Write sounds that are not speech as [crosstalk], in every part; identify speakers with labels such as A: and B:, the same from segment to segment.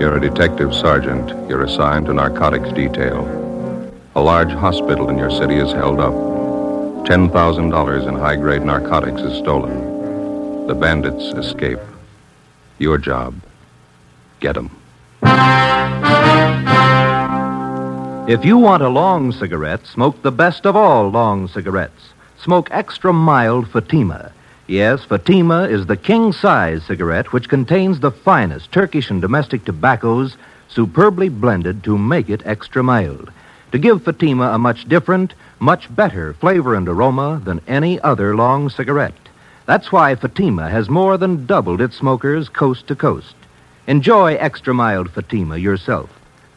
A: You're a detective sergeant. You're assigned to narcotics detail. A large hospital in your city is held up. $10,000 in high grade narcotics is stolen. The bandits escape. Your job get 'em.
B: If you want a long cigarette, smoke the best of all long cigarettes. Smoke extra mild Fatima. Yes, Fatima is the king size cigarette which contains the finest Turkish and domestic tobaccos superbly blended to make it extra mild. To give Fatima a much different, much better flavor and aroma than any other long cigarette. That's why Fatima has more than doubled its smokers coast to coast. Enjoy extra mild Fatima yourself.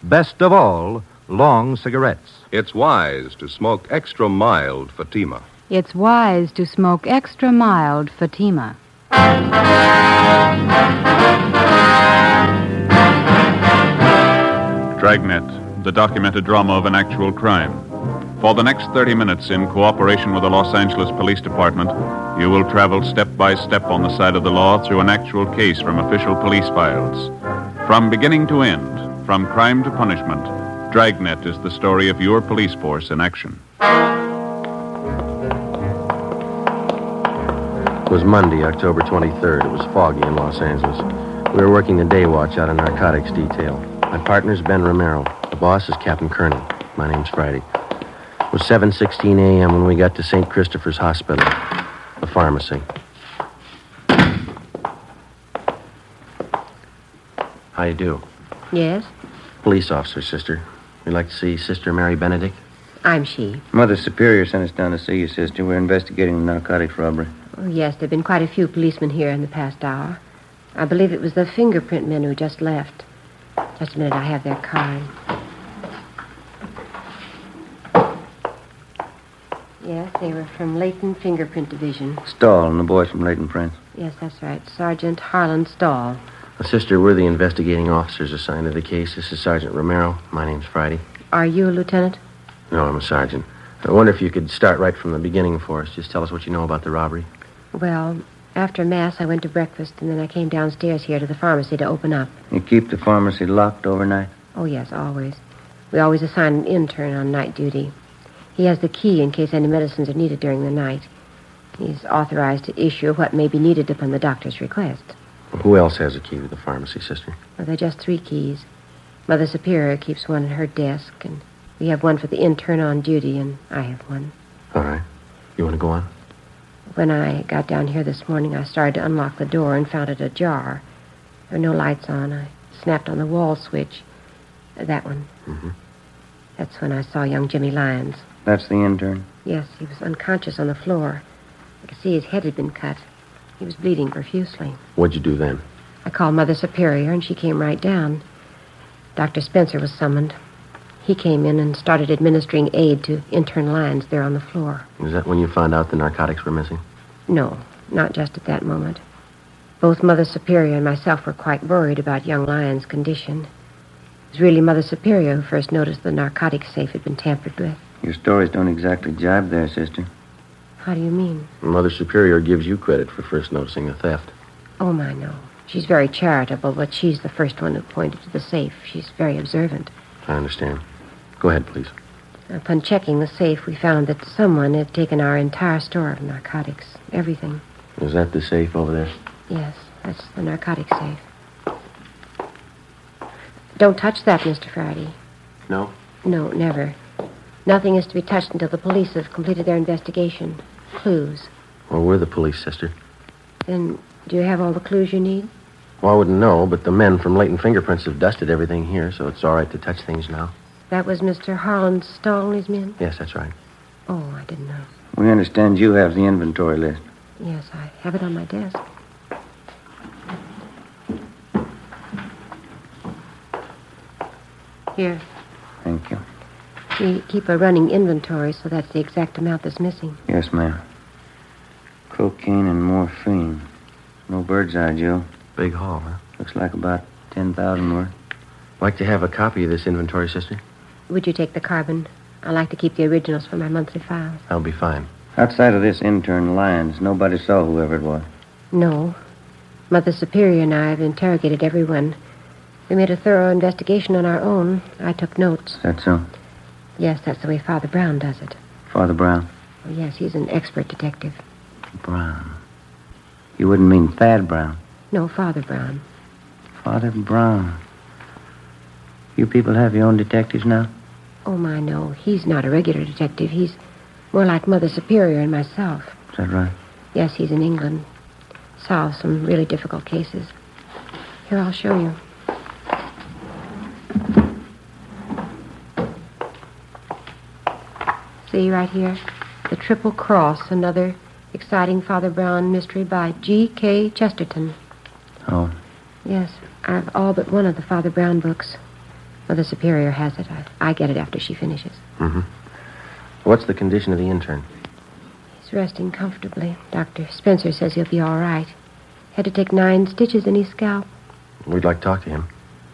B: Best of all, long cigarettes.
A: It's wise to smoke extra mild Fatima.
C: It's wise to smoke extra mild Fatima.
D: Dragnet, the documented drama of an actual crime. For the next 30 minutes, in cooperation with the Los Angeles Police Department, you will travel step by step on the side of the law through an actual case from official police files. From beginning to end, from crime to punishment, Dragnet is the story of your police force in action.
E: It was Monday, October 23rd. It was foggy in Los Angeles. We were working the day watch out of narcotics detail. My partner's Ben Romero. The boss is Captain Colonel. My name's Friday. It was 7.16 a.m. when we got to St. Christopher's Hospital, the pharmacy. How you do?
F: Yes,
E: Police officer, sister. We'd like to see Sister Mary Benedict.
F: I'm she.
G: Mother Superior sent us down to see you, sister. We're investigating the narcotics robbery.
F: Oh, yes, there've been quite a few policemen here in the past hour. I believe it was the fingerprint men who just left. Just a minute, I have their card. Yes, they were from Leighton Fingerprint Division.
G: Stahl and the boys from Leighton Prince.
F: Yes, that's right. Sergeant Harlan Stahl.
E: Sister, we're the investigating officers assigned to the case. This is Sergeant Romero. My name's Friday.
F: Are you a lieutenant?
E: No, I'm a sergeant. I wonder if you could start right from the beginning for us. Just tell us what you know about the robbery.
F: Well, after Mass, I went to breakfast, and then I came downstairs here to the pharmacy to open up.
G: You keep the pharmacy locked overnight?
F: Oh, yes, always. We always assign an intern on night duty. He has the key in case any medicines are needed during the night. He's authorized to issue what may be needed upon the doctor's request.
E: Who else has a key to the pharmacy, sister?
F: Well, they're just three keys. Mother Superior keeps one in her desk, and we have one for the intern on duty, and I have one.
E: All right. You want to go on?
F: When I got down here this morning, I started to unlock the door and found it ajar. There were no lights on. I snapped on the wall switch. Uh, That one.
E: Mhm.
F: That's when I saw young Jimmy Lyons.
G: That's the intern.
F: Yes, he was unconscious on the floor. I could see his head had been cut. He was bleeding profusely.
E: What'd you do then?
F: I called Mother Superior, and she came right down. Dr. Spencer was summoned. He came in and started administering aid to intern Lyons there on the floor.
E: Is that when you found out the narcotics were missing?
F: No, not just at that moment. Both Mother Superior and myself were quite worried about young Lyons' condition. It was really Mother Superior who first noticed the narcotic safe had been tampered with.
G: Your stories don't exactly jibe there, sister.
F: How do you mean?
E: Mother Superior gives you credit for first noticing the theft.
F: Oh, my, no. She's very charitable, but she's the first one who pointed to the safe. She's very observant.
E: I understand. Go ahead, please.
F: Upon checking the safe, we found that someone had taken our entire store of narcotics. Everything.
E: Is that the safe over there?
F: Yes, that's the narcotic safe. Don't touch that, Mr. Friday.
E: No.
F: No, never. Nothing is to be touched until the police have completed their investigation. Clues.
E: Well, we're the police, sister.
F: Then, do you have all the clues you need?
E: Well, I wouldn't know, but the men from Leighton Fingerprints have dusted everything here, so it's all right to touch things now.
F: That was Mr. Harlan Stahl and his men?
E: Yes, that's right.
F: Oh, I didn't know.
G: We understand you have the inventory list.
F: Yes, I have it on my desk. Here,
G: Thank you.
F: we keep a running inventory, so that's the exact amount that's missing.
G: Yes, ma'am. Cocaine and morphine. No bird's eye, Joe.
E: Big haul, huh?
G: Looks like about 10,000 worth.
E: Like to have a copy of this inventory, sister?
F: Would you take the carbon? I like to keep the originals for my monthly files.
E: That'll be fine.
G: Outside of this intern, Lyons, nobody saw whoever it was.
F: No. Mother Superior and I have interrogated everyone. We made a thorough investigation on our own. I took notes.
G: Is that so?
F: Yes, that's the way Father Brown does it.
G: Father Brown?
F: Oh, yes, he's an expert detective.
G: Brown. You wouldn't mean Thad Brown.
F: No, Father Brown.
G: Father Brown. You people have your own detectives now?
F: Oh, my, no. He's not a regular detective. He's more like Mother Superior and myself.
G: Is that right?
F: Yes, he's in England. Solves some really difficult cases. Here, I'll show you. See right here? The Triple Cross, another exciting Father Brown mystery by G.K. Chesterton.
G: Oh.
F: Yes, I've all but one of the Father Brown books. Mother Superior has it. I, I get it after she finishes.
E: Mm-hmm. What's the condition of the intern?
F: He's resting comfortably. Dr. Spencer says he'll be all right. Had to take nine stitches in his scalp.
E: We'd like to talk to him.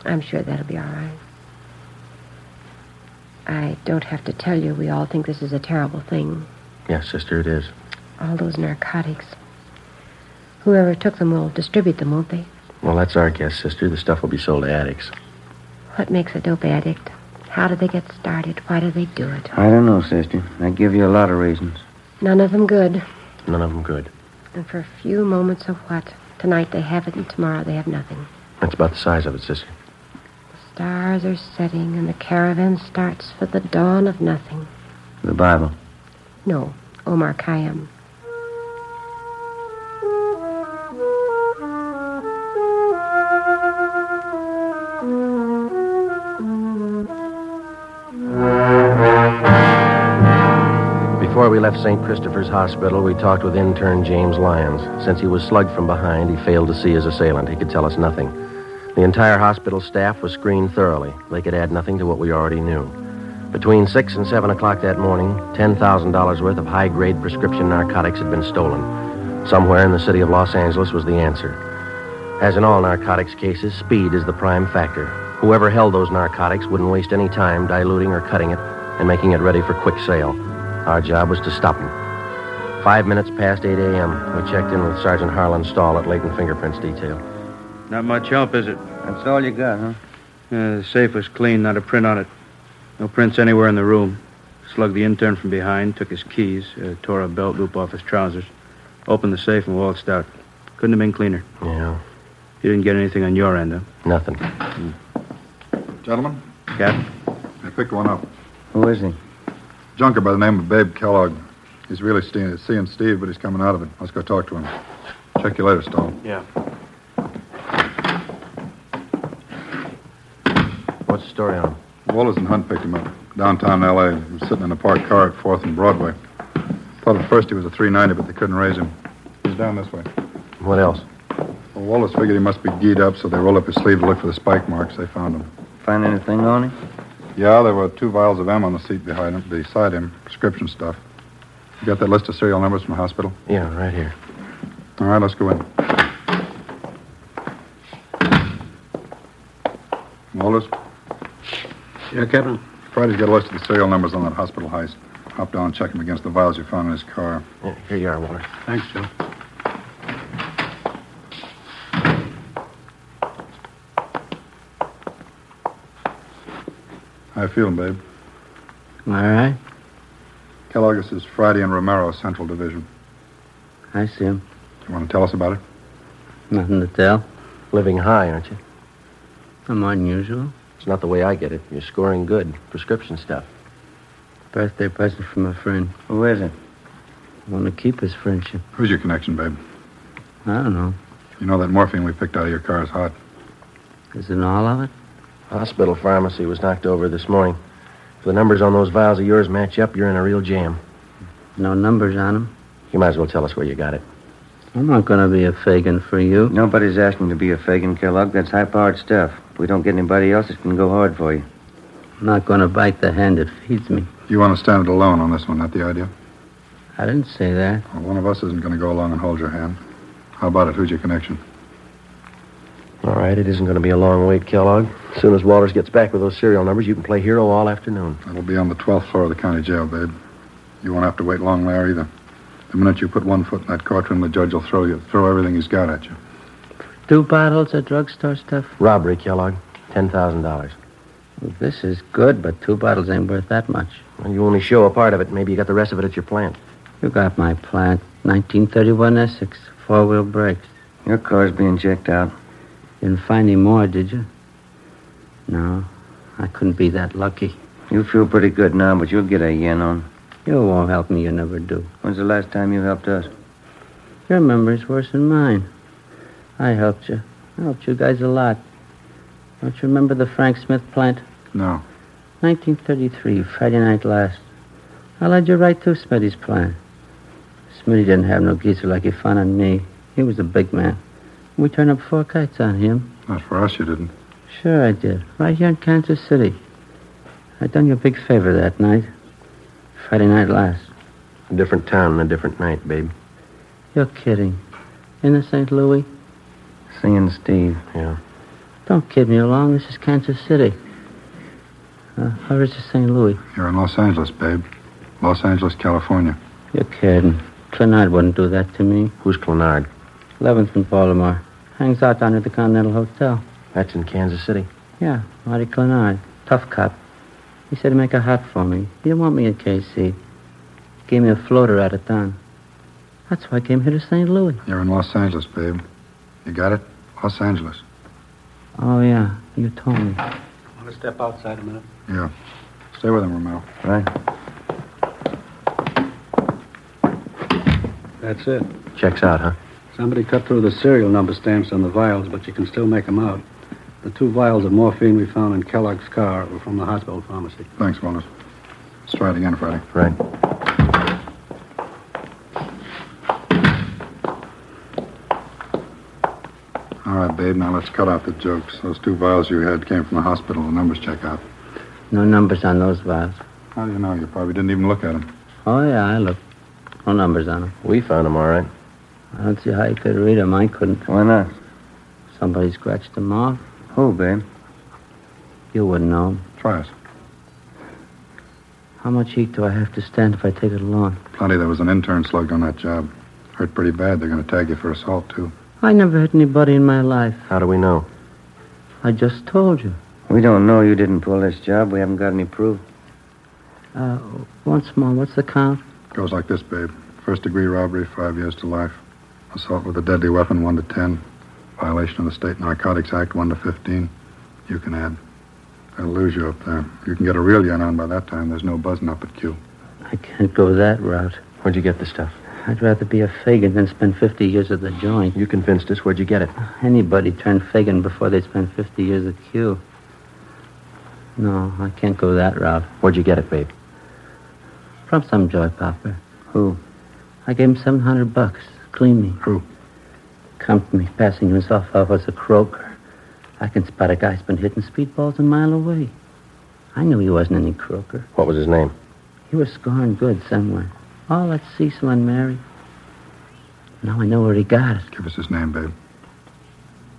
F: I'm sure that'll be all right. I don't have to tell you, we all think this is a terrible thing.
E: Yes, sister, it is.
F: All those narcotics. Whoever took them will distribute them, won't they?
E: Well, that's our guess, sister. The stuff will be sold to addicts.
F: What makes a dope addict? How do they get started? Why do they do it?
G: I don't know, sister. I give you a lot of reasons.
F: None of them good.
E: None of them good.
F: And for a few moments of what? Tonight they have it, and tomorrow they have nothing.
E: That's about the size of it, sister.
F: The stars are setting, and the caravan starts for the dawn of nothing.
G: The Bible.
F: No, Omar Khayyam.
E: Before we left St. Christopher's Hospital, we talked with intern James Lyons. Since he was slugged from behind, he failed to see his assailant. He could tell us nothing. The entire hospital staff was screened thoroughly. They could add nothing to what we already knew. Between 6 and 7 o'clock that morning, $10,000 worth of high grade prescription narcotics had been stolen. Somewhere in the city of Los Angeles was the answer. As in all narcotics cases, speed is the prime factor. Whoever held those narcotics wouldn't waste any time diluting or cutting it and making it ready for quick sale. Our job was to stop them. Five minutes past 8 a.m., we checked in with Sergeant Harlan Stahl at Leighton Fingerprints Detail.
H: Not much help, is it?
G: That's all you got, huh?
H: Uh, the safe was clean, not a print on it. No prints anywhere in the room. Slugged the intern from behind, took his keys, uh, tore a belt loop off his trousers, opened the safe and waltzed out. Couldn't have been cleaner.
E: Yeah,
H: You didn't get anything on your end, huh?
E: nothing.
I: Gentlemen,
H: Cap?
I: I picked one up.
G: Who is he?
I: Junker by the name of Babe Kellogg. He's really seeing, seeing Steve, but he's coming out of it. Let's go talk to him. Check you later, Stahl.
H: Yeah.
E: What's the story on him?
I: Wallace and Hunt picked him up downtown L.A. He was sitting in a parked car at 4th and Broadway. Thought at first he was a 390, but they couldn't raise him. He's down this way.
E: What else?
I: Well, Wallace figured he must be geed up, so they rolled up his sleeve to look for the spike marks. They found him.
G: Find anything on him?
I: Yeah, there were two vials of M on the seat behind him, beside him, prescription stuff. You got that list of serial numbers from the hospital?
E: Yeah, right here.
I: All right, let's go in. Wallace,
H: Yeah, Captain?
I: Friday's got a list of the serial numbers on that hospital heist. Hop down and check them against the vials you found in his car.
E: Yeah, here you are, Waller.
H: Thanks, Joe.
I: How you feeling, babe?
H: All right.
I: Kellogg, this is Friday and Romero, Central Division.
G: I see him.
I: You want to tell us about it?
G: Nothing to tell.
E: Living high, aren't you?
G: I'm unusual.
E: It's not the way I get it. You're scoring good. Prescription stuff.
G: Birthday present from a friend. Who is it? I want to keep his friendship.
I: Who's your connection, babe?
G: I don't know.
I: You know that morphine we picked out of your car is hot.
G: Is it all of it?
E: Hospital pharmacy was knocked over this morning. If the numbers on those vials of yours match up, you're in a real jam.
G: No numbers on them.
E: You might as well tell us where you got it.
G: I'm not going to be a Fagin for you.
J: Nobody's asking to be a Fagin, Kellogg. That's high powered stuff. If we don't get anybody else, it can go hard for you.
G: I'm not going to bite the hand that feeds me.
I: You want to stand it alone on this one, not the idea?
G: I didn't say that.
I: Well, one of us isn't going to go along and hold your hand. How about it? Who's your connection?
E: All right, it isn't going to be a long wait, Kellogg. As soon as Walters gets back with those serial numbers, you can play hero all afternoon.
I: It'll be on the 12th floor of the county jail, babe. You won't have to wait long there either. The minute you put one foot in that courtroom, the judge will throw you, throw everything he's got at you.
G: Two bottles of drugstore stuff.
E: Robbery, Kellogg. $10,000.
G: This is good, but two bottles ain't worth that much.
E: Well, you only show a part of it. Maybe you got the rest of it at your plant.
G: You got my plant. 1931 Essex. Four wheel brakes.
J: Your car's being checked out.
G: Didn't find any more, did you? No. I couldn't be that lucky.
J: You feel pretty good now, but you'll get a yen on.
G: You won't help me. You never do.
J: When's the last time you helped us?
G: Your memory's worse than mine. I helped you. I helped you guys a lot. Don't you remember the Frank Smith plant?
I: No.
G: 1933, Friday night last. I led you right through Smitty's plan. Smitty didn't have no geezer like he found on me. He was a big man. We turned up four kites on him.
I: Not for us, you didn't.
G: Sure I did. Right here in Kansas City. I done you a big favor that night. Friday night last.
E: A different town and a different night, babe.
G: You're kidding. In the St. Louis?
J: Seeing Steve.
E: Yeah.
G: Don't kid me along. This is Kansas City. Uh, or is it St. Louis?
I: You're in Los Angeles, babe. Los Angeles, California.
G: You're kidding. Clonard wouldn't do that to me.
E: Who's Clonard?
G: Levin's from Baltimore. Hangs out down at the Continental Hotel.
E: That's in Kansas City.
G: Yeah, Marty Clonard. Tough cop. He said to make a hat for me. He didn't want me in KC. Gave me a floater out of town. That's why I came here to St. Louis.
I: You're in Los Angeles, babe. You got it? Los Angeles.
G: Oh, yeah. You told me.
K: I'm going to step outside a minute.
I: Yeah. Stay with him, Romero.
J: Right.
K: That's it.
E: Checks out, huh?
K: Somebody cut through the serial number stamps on the vials, but you can still make them out. The two vials of morphine we found in Kellogg's car were from the hospital pharmacy.
I: Thanks, Wallace. Let's try it again Friday.
E: Right.
I: All right, babe, now let's cut out the jokes. Those two vials you had came from the hospital. The numbers check out.
G: No numbers on those vials.
I: How do you know? You probably didn't even look at them.
G: Oh, yeah, I looked. No numbers on them.
E: We found them all right.
G: I don't see how you could read them. I couldn't.
J: Why not?
G: Somebody scratched them off.
J: Who, babe?
G: You wouldn't know.
I: Try us.
G: How much heat do I have to stand if I take it alone?
I: Plenty. There was an intern slugged on that job. Hurt pretty bad. They're going to tag you for assault, too.
G: I never hit anybody in my life.
E: How do we know?
G: I just told you.
J: We don't know you didn't pull this job. We haven't got any proof.
G: Uh, once more, what's the count?
I: Goes like this, babe. First degree robbery, five years to life. Assault with a deadly weapon, one to ten. Violation of the State Narcotics Act, one to fifteen. You can add. They'll lose you up there. You can get a real yen on by that time. There's no buzzing up at Q.
G: I can't go that route.
E: Where'd you get the stuff?
G: I'd rather be a Fagin than spend 50 years at the joint.
E: You convinced us. Where'd you get it?
G: Anybody turned Fagin before they spend 50 years at Q. No, I can't go that route.
E: Where'd you get it, babe?
G: From some joy popper.
J: Who?
G: I gave him 700 bucks. Clean me.
I: Who?
G: Come to me, passing himself off as a croaker. I can spot a guy's been hitting speedballs a mile away. I knew he wasn't any croaker.
E: What was his name?
G: He was scoring good somewhere. Oh, that's Cecil and Mary. Now I know where he got it.
I: Give us his name, babe.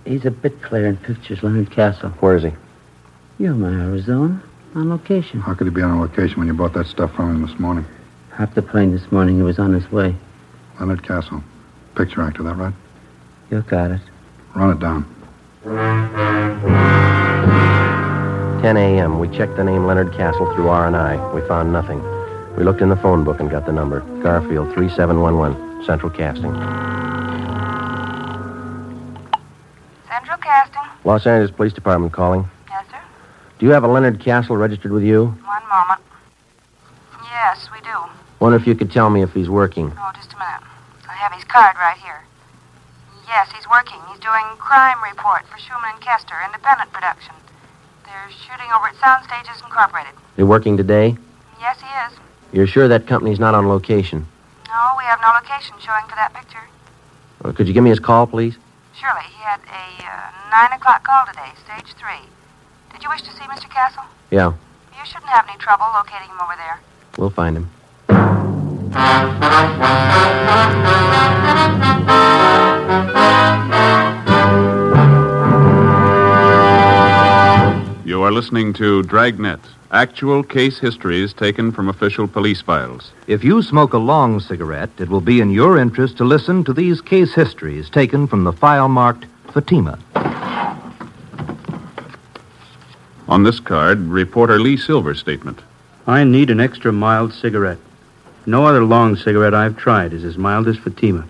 G: He's a bit player in pictures, Leonard Castle.
E: Where is he?
G: Yuma, Arizona. On location.
I: How could he be on a location when you bought that stuff from him this morning?
G: Hopped the plane this morning. He was on his way.
I: Leonard Castle. Picture actor, that right?
G: You got it.
I: Run it down.
E: 10 a.m. We checked the name Leonard Castle through R&I. We found nothing. We looked in the phone book and got the number. Garfield 3711, Central Casting.
L: Central Casting.
E: Los Angeles Police Department calling.
L: Yes, sir.
E: Do you have a Leonard Castle registered with you?
L: One moment. Yes, we do.
E: Wonder if you could tell me if he's working.
L: Oh, just a minute. I have his card right here. Yes, he's working. He's doing crime report for Schumann and Kester, independent production. They're shooting over at Sound Stages Incorporated.
E: He working today?
L: Yes, he is.
E: You're sure that company's not on location?
L: No, we have no location showing for that picture.
E: Uh, Could you give me his call, please?
L: Surely he had a uh, 9 o'clock call today, stage 3. Did you wish to see Mr. Castle?
E: Yeah,
L: You shouldn't have any trouble locating him over there.
E: we'll find him.
D: You are listening to Dragnet, actual case histories taken from official police files.
B: If you smoke a long cigarette, it will be in your interest to listen to these case histories taken from the file marked Fatima.
D: On this card, reporter Lee Silver's statement.
H: I need an extra mild cigarette. No other long cigarette I've tried is as mild as Fatima.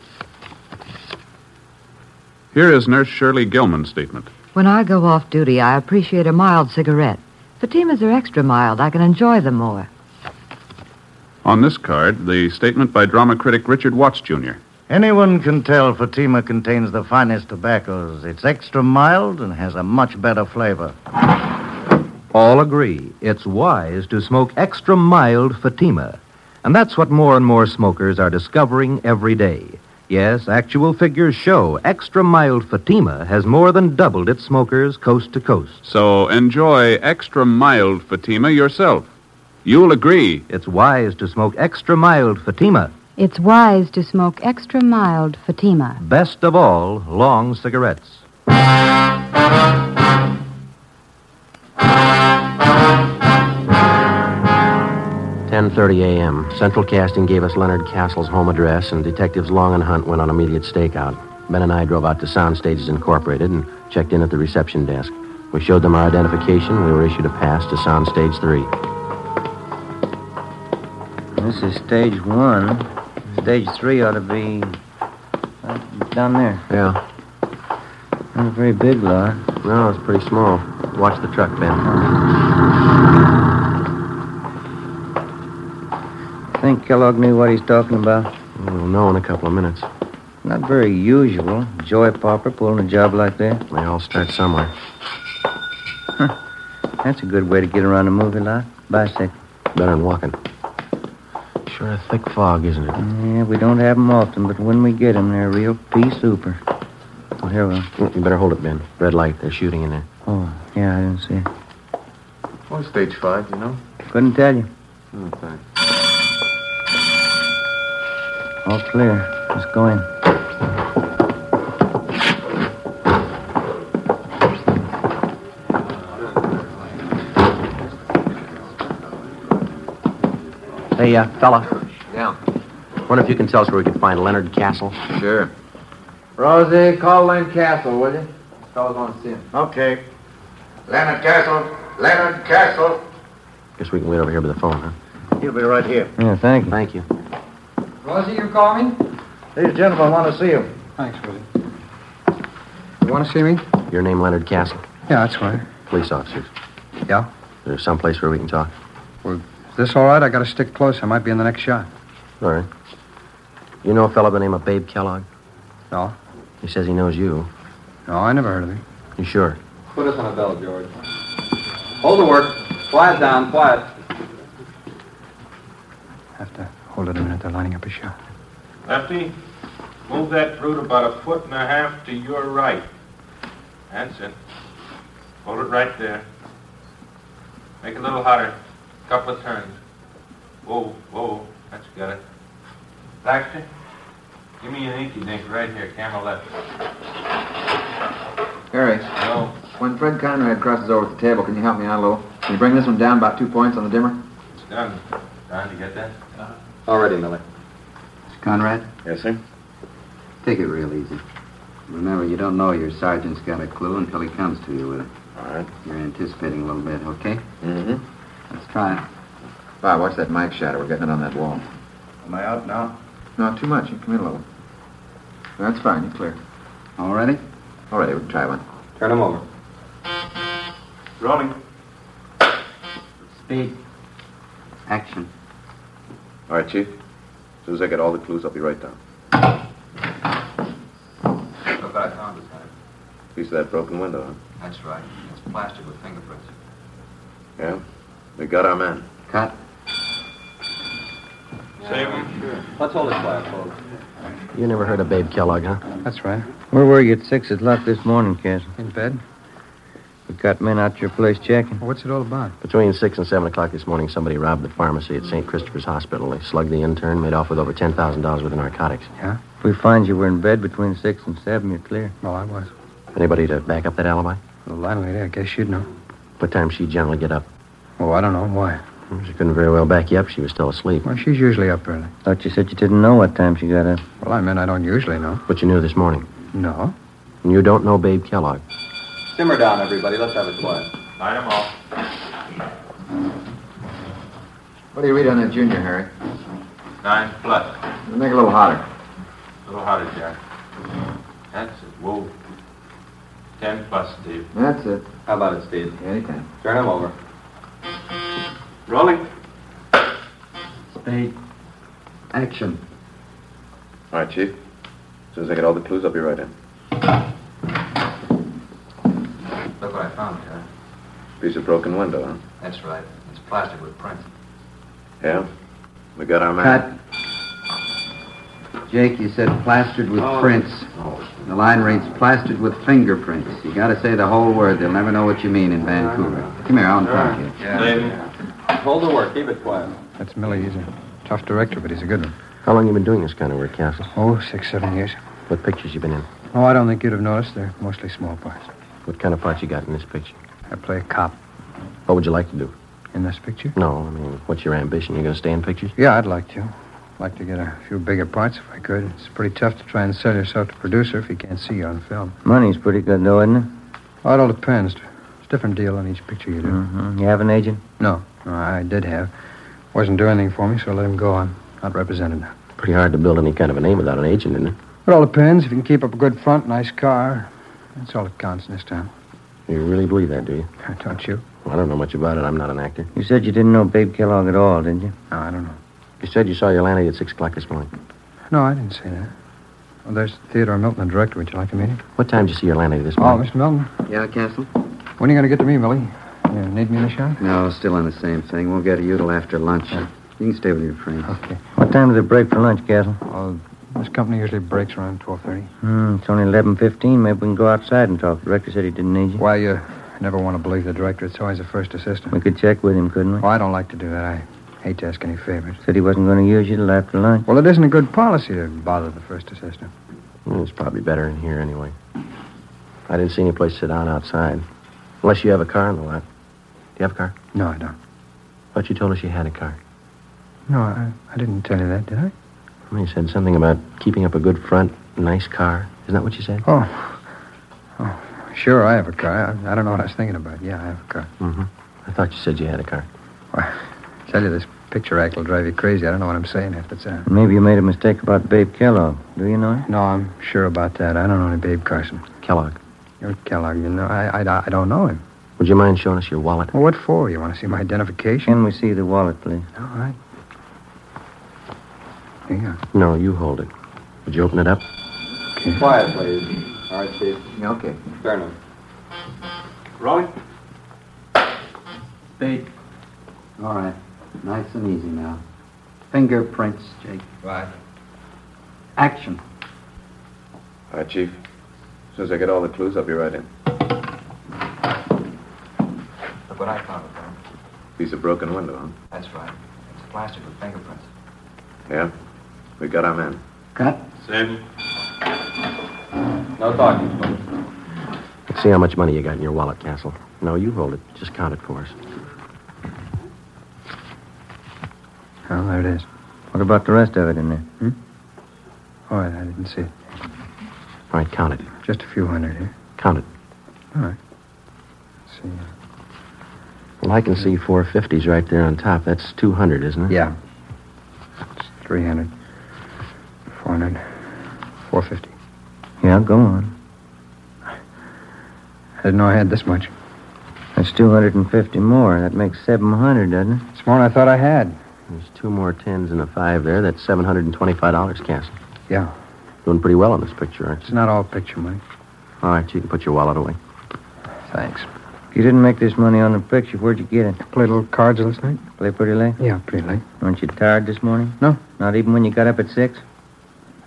D: Here is Nurse Shirley Gilman's statement.
C: When I go off duty, I appreciate a mild cigarette. Fatimas are extra mild. I can enjoy them more.
D: On this card, the statement by drama critic Richard Watts, Jr.
M: Anyone can tell Fatima contains the finest tobaccos. It's extra mild and has a much better flavor.
B: All agree it's wise to smoke extra mild Fatima. And that's what more and more smokers are discovering every day. Yes, actual figures show extra mild Fatima has more than doubled its smokers coast to coast.
D: So enjoy extra mild Fatima yourself. You'll agree.
B: It's wise to smoke extra mild Fatima.
C: It's wise to smoke extra mild Fatima.
B: Best of all, long cigarettes.
E: Ten thirty a.m. Central Casting gave us Leonard Castle's home address, and detectives Long and Hunt went on immediate stakeout. Ben and I drove out to Sound Stages Incorporated and checked in at the reception desk. We showed them our identification. We were issued a pass to Sound Stage Three.
J: This is stage one. Stage three ought to be uh, down there.
E: Yeah.
J: Not a very big lot.
E: No, it's pretty small. Watch the truck, Ben.
J: Think Kellogg knew what he's talking about?
E: We'll know in a couple of minutes.
J: Not very usual. Joy Popper pulling a job like that.
E: They all start somewhere.
J: That's a good way to get around a movie lot. Bicycle.
E: Better than walking. Sure, a thick fog, isn't it?
J: Yeah, we don't have 'em often, but when we get 'em, they're real pea super.
E: Well, here we Mm, You better hold it, Ben. Red light. They're shooting in there.
J: Oh, yeah, I didn't see it.
N: Or stage five, you know?
J: Couldn't tell you.
N: No, thanks.
J: All clear. Let's go in.
E: Hey, uh, fella.
N: Yeah.
E: Wonder if you can tell us where we can find Leonard Castle.
N: Sure. Rosie, call Leonard Castle, will you? Fellas want to see him. Okay. Leonard Castle. Leonard Castle.
E: Guess we can wait over here by the phone, huh?
N: He'll be right here.
J: Yeah, thank you.
E: Thank you.
N: Rosie, you call me? These gentlemen want to see him. Thanks, Rosie.
E: You want to see me? Your name, Leonard Castle.
K: Yeah, that's right.
E: Police officers.
K: Yeah?
E: Is there someplace where we can talk?
K: Is this all right? I gotta stick close. I might be in the next shot.
E: All right. You know a fellow by the name of Babe Kellogg?
K: No.
E: He says he knows you.
K: No, I never heard of him.
E: You sure?
O: Put us on a bell, George. Hold the work. Quiet down, quiet.
K: Have to hold it a minute. They're lining up a shot.
P: Lefty, move that brute about a foot and a half to your right. That's it. Hold it right there. Make it a little hotter. Couple of turns. Whoa, whoa. That's got it. Baxter, give me an inky dink right here, camera left.
N: Harry. When Fred Conrad crosses over at the table, can you help me out a little? Can you bring this one down about two points on the dimmer?
P: It's done. Don, you get that?
O: Already, Miller.
Q: Conrad,
O: Yes, sir.
Q: take it real easy. Remember, you don't know your sergeant's got a clue until he comes to you with it. All right. You're anticipating a little bit, okay?
N: Mm-hmm.
Q: Let's try it.
N: Bob, watch that mic shadow. We're getting it on that wall.
Q: Am I out now?
N: Not too much. You come in a little. That's fine. You're clear.
Q: All ready?
N: All right, we can try one.
O: Turn him over.
P: Rolling.
Q: Speed. Action.
N: All right, Chief. As soon as I get all the clues, I'll be right down.
O: Look what I found this time.
N: Piece of that broken window, huh?
O: That's right. It's plastered with fingerprints.
N: Yeah? We got our man.
Q: Cut.
P: Save them.
O: Let's hold this fire, folks.
E: You never heard of Babe Kellogg, huh?
J: That's right. Where were you at six o'clock this morning, Cass? In bed. We got men out your place checking.
E: What's it all
J: about?
E: Between 6 and 7 o'clock this morning, somebody robbed the pharmacy at St. Christopher's Hospital. They slugged the intern, made off with over $10,000 worth of narcotics.
J: Yeah? If we find you were in bed between six and seven, you're clear. Well, I was.
E: Anybody to back up that alibi?
J: Well, Lionel, I guess she'd know.
E: What time she generally get up?
J: Oh, I don't know. Why?
E: She couldn't very well back you up. She was still asleep.
J: Well, she's usually up early. Thought you said you didn't know what time she got up.
E: Well, I mean, I don't usually know. But you knew this morning.
J: No.
E: And you don't know Babe Kellogg.
O: Simmer down, everybody. Let's have it quiet.
P: Light them off.
Q: What do you read on that junior, Harry?
P: Nine plus.
Q: Make it a little hotter.
P: A little hotter, Jack. That's it. Whoa. Ten plus, Steve.
Q: That's it.
O: How about it, Steve?
Q: Anytime.
O: Turn him over.
P: Rolling.
Q: Spade. Action.
R: All right, Chief. As soon as I get all the clues, I'll be right in.
Q: Look what I found, Jack.
R: Piece of broken window, huh?
Q: That's right. It's plastic with prints.
R: Yeah? We got our man.
Q: Jake, you said plastered with
R: Oh.
Q: prints. The line reads plastered with fingerprints. You gotta say the whole word. They'll never know what you mean in Vancouver. Come here, I'll talk to you.
O: Hold the work. Keep it quiet.
S: That's Millie. He's a tough director, but he's a good one.
E: How long you been doing this kind of work, Castle?
S: Oh, six, seven years.
E: What pictures you been in?
S: Oh, I don't think you'd have noticed. They're mostly small parts.
E: What kind of part you got in this picture?
S: I play a cop
E: What would you like to do?
S: in this picture.
E: No, I mean, what's your ambition? You gonna stay in pictures?
S: Yeah, I'd like to. Like to get a few bigger parts if I could. It's pretty tough to try and sell yourself to a producer if he can't see you on film.
J: Money's pretty good, though, isn't it?
S: Oh, it all depends. It's a different deal on each picture you do.
J: Mm-hmm. You have an agent?
S: No, no, I did have. Wasn't doing anything for me, so I let him go. I'm not represented now.
E: Pretty hard to build any kind of a name without an agent, isn't it?
S: It all depends. If you can keep up a good front, nice car, that's all that counts in this town. [laughs]
E: You really believe that, do you?
S: Don't you?
E: Well, I don't know much about it. I'm not an actor.
J: You said you didn't know Babe Kellogg at all, didn't you?
S: No, I don't know.
E: You said you saw your landlady at 6 o'clock this morning.
S: No, I didn't say that. Well, there's Theodore Milton, the director. Would you like to meet him?
E: What time did you see your landlady this
S: Oh,
E: morning?
S: Mr. Milton,
Q: Yeah, Castle?
S: when are you going to get to me, Millie? You need me in the shop?
Q: No, still on the same thing. We'll get to you till after lunch. You can stay with your friends. Okay.
J: What time did it break for lunch, Castle?
S: Oh, this company usually breaks around 12.30.
J: Hmm, it's only 11.15. Maybe we can go outside and talk. The director said he didn't need you.
S: Why, you never want to believe the director. It's always the first assistant.
J: We could check with him, couldn't we?
S: Oh, I don't like to do that. I hate to ask any favors.
J: Said he wasn't going to use you till after lunch.
S: Well, it isn't a good policy to bother the first assistant.
E: Well, it's probably better in here anyway. I didn't see any place to sit down outside. Unless you have a car in the lot. Do you have a car?
S: No, I don't.
E: But you told us you had a car.
S: No, I, I didn't tell you that, did I?
E: Well, You said something about keeping up a good front, nice car. Isn't that what you said?
S: Oh. Oh, sure, I have a car. I, I don't know what I was thinking about. Yeah, I have a car.
E: Mm-hmm. I thought you said you had a car.
S: Tell you, this picture act will drive you crazy. I don't know what I'm saying half the time.
J: Maybe you made a mistake about Babe Kellogg. Do you know him?
S: No, I'm sure about that. I don't know any Babe Carson.
E: Kellogg.
S: You're Kellogg, you know. I, I, I don't know him.
E: Would you mind showing us your wallet?
S: Well, what for? You want to see my identification?
J: Can we see the wallet, please?
S: All right. Yeah.
E: No, you hold it. Would you open it up?
O: Quiet, please. All right, Steve.
Q: Okay.
O: Turn him.
P: Rolling.
Q: Spade. All right. Nice and easy now. Fingerprints, Jake. Right. Action.
R: All right, Chief. As soon as I get all the clues, I'll be right in.
Q: Look what I found, Lieutenant.
R: Piece of broken window, huh?
Q: That's right. It's plastered with fingerprints.
R: Yeah? We got our man.
Q: Cut.
P: Save them.
O: No talking, folks.
E: Let's see how much money you got in your wallet, Castle. No, you hold it. Just count it for us.
S: Oh, there it is.
J: What about the rest of it in there?
S: Hmm? Oh, I, I didn't see it.
E: All right, count it.
S: Just a few hundred here.
E: Count it.
S: All right. see.
E: Well, I can see 450s right there on top. That's 200, isn't it?
S: Yeah. It's 300, 400, 450.
J: Yeah, go on.
S: I didn't know I had this much.
J: That's 250 more. That makes 700, doesn't it?
S: It's more than I thought I had.
E: There's two more tens and a five there. That's $725, Castle.
S: Yeah.
E: Doing pretty well on this picture, aren't
S: It's not all picture money.
E: you? All right, you can put your wallet away.
S: Thanks.
J: If you didn't make this money on the picture, where'd you get it?
S: Play little cards last night?
J: Play pretty late?
S: Yeah, pretty late.
J: Aren't you tired this morning?
S: No,
J: Not even when you got up at six?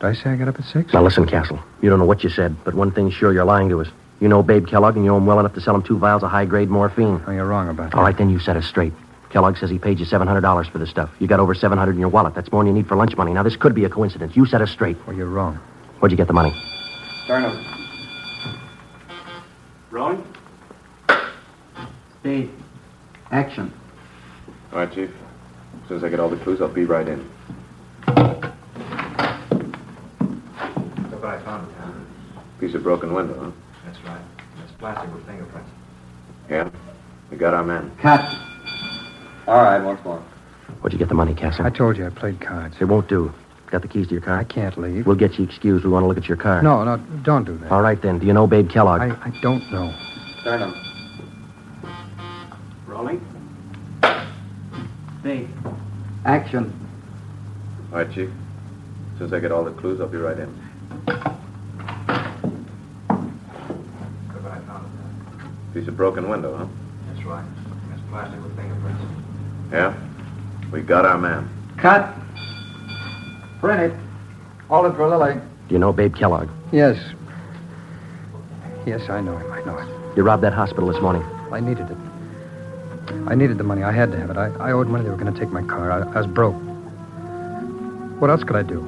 S: Did I say I got up at six?
E: Now listen, Castle. You don't know what you said, but one thing's sure you're lying to us. You know Babe Kellogg, and you know him well enough to sell him two vials of high grade morphine.
S: Oh, you're wrong about that.
E: All right, then you set us straight. Kellogg says he paid you $700 for this stuff. You got over 700 in your wallet. That's more than you need for lunch money. Now, this could be a coincidence. You set us straight.
S: Well, you're wrong.
E: Where'd you get the money?
O: Darno.
H: Rolling?
Q: Speed. Action.
R: All right, Chief. As soon as I get all the clues, I'll be right in.
N: Look what I found in town.
R: Piece of broken window, huh?
N: That's right. It's plastic with fingerprints.
R: Yeah? We got our man.
O: Cut. All right, once more.
E: Where'd you get the money, Castle?
S: I told you I played cards.
E: It won't do. Got the keys to your car? I
S: can't leave.
E: We'll get you excused. We want to look at your car.
S: No, no, don't do that.
E: All right, then. Do you know Babe Kellogg?
S: I, I don't know.
O: Darno.
H: Rolling?
Q: Speed. Action.
R: All right, Chief. As soon as I get all the clues, I'll be right in.
N: Look what I found in town.
R: Piece of broken window, huh?
N: That's right. It's plastic with fingerprints.
R: Yeah? We got our man.
O: Cut. Print it. All it for Lily.
E: Do you know Babe Kellogg?
S: Yes. Yes, I know him. I know it.
E: You robbed that hospital this morning.
S: I needed it. I needed the money. I had to have it. I, I owed money. They were going to take my car. I, I was broke. What else could I do?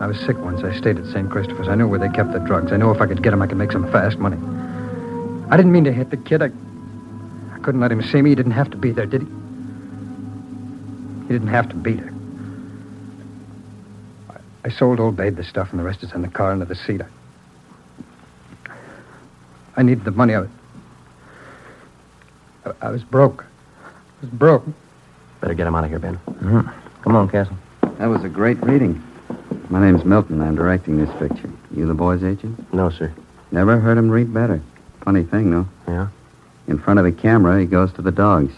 S: I was sick once. I stayed at St. Christopher's. I knew where they kept the drugs. I knew if I could get them, I could make some fast money. I didn't mean to hit the kid. I, I couldn't let him see me. He didn't have to be there, did he? He didn't have to be there. I, I sold old Babe the stuff, and the rest is in the car under the seat. I, I needed the money. I, I, I was broke. I was broke.
E: Better get him out of here, Ben.
S: Mm-hmm.
J: Come on, Castle.
Q: That was a great reading. My name's Milton. I'm directing this picture. You the boy's agent?
E: No, sir.
Q: Never heard him read better. Funny thing, though.
E: Yeah?
Q: In front of the camera, he goes to the dogs.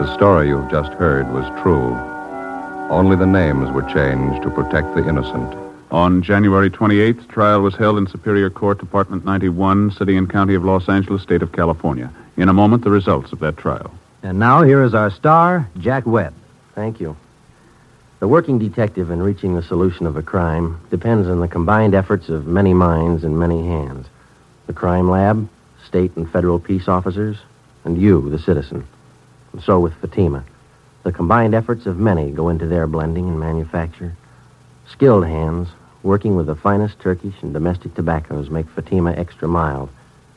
A: The story you've just heard was true. Only the names were changed to protect the innocent.
D: On January 28th, trial was held in Superior Court, Department 91, City and County of Los Angeles, State of California. In a moment, the results of that trial.
B: And now here is our star, Jack Webb.
E: Thank you. The working detective in reaching the solution of a crime depends on the combined efforts of many minds and many hands the crime lab, state and federal peace officers, and you, the citizen. And so with Fatima. The combined efforts of many go into their blending and manufacture. Skilled hands, working with the finest Turkish and domestic tobaccos, make Fatima extra mild,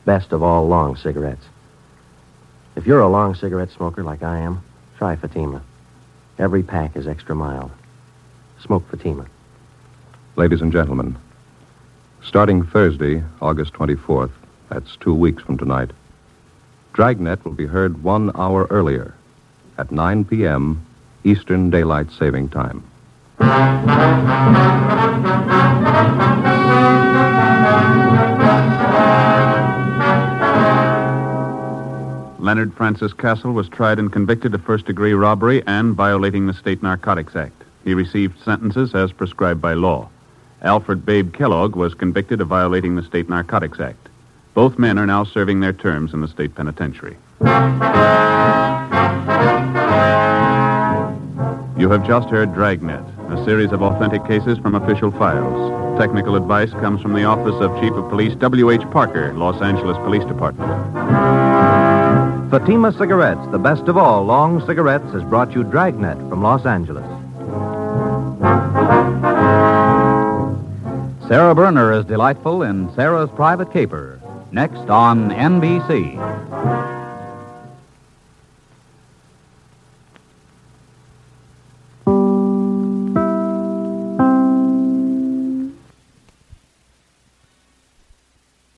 E: best of all long cigarettes. If you're a long cigarette smoker like I am, try Fatima. Every pack is extra mild. Smoke Fatima.
A: Ladies and gentlemen, starting Thursday, August 24th, that's two weeks from tonight, Dragnet will be heard one hour earlier at 9 p.m. Eastern Daylight Saving Time.
D: Leonard Francis Castle was tried and convicted of first degree robbery and violating the State Narcotics Act. He received sentences as prescribed by law. Alfred Babe Kellogg was convicted of violating the State Narcotics Act. Both men are now serving their terms in the state penitentiary. You have just heard Dragnet, a series of authentic cases from official files. Technical advice comes from the office of Chief of Police W.H. Parker, Los Angeles Police Department.
B: Fatima Cigarettes, the best of all long cigarettes, has brought you Dragnet from Los Angeles.
T: Sarah Berner is delightful in Sarah's Private Caper. Next on NBC.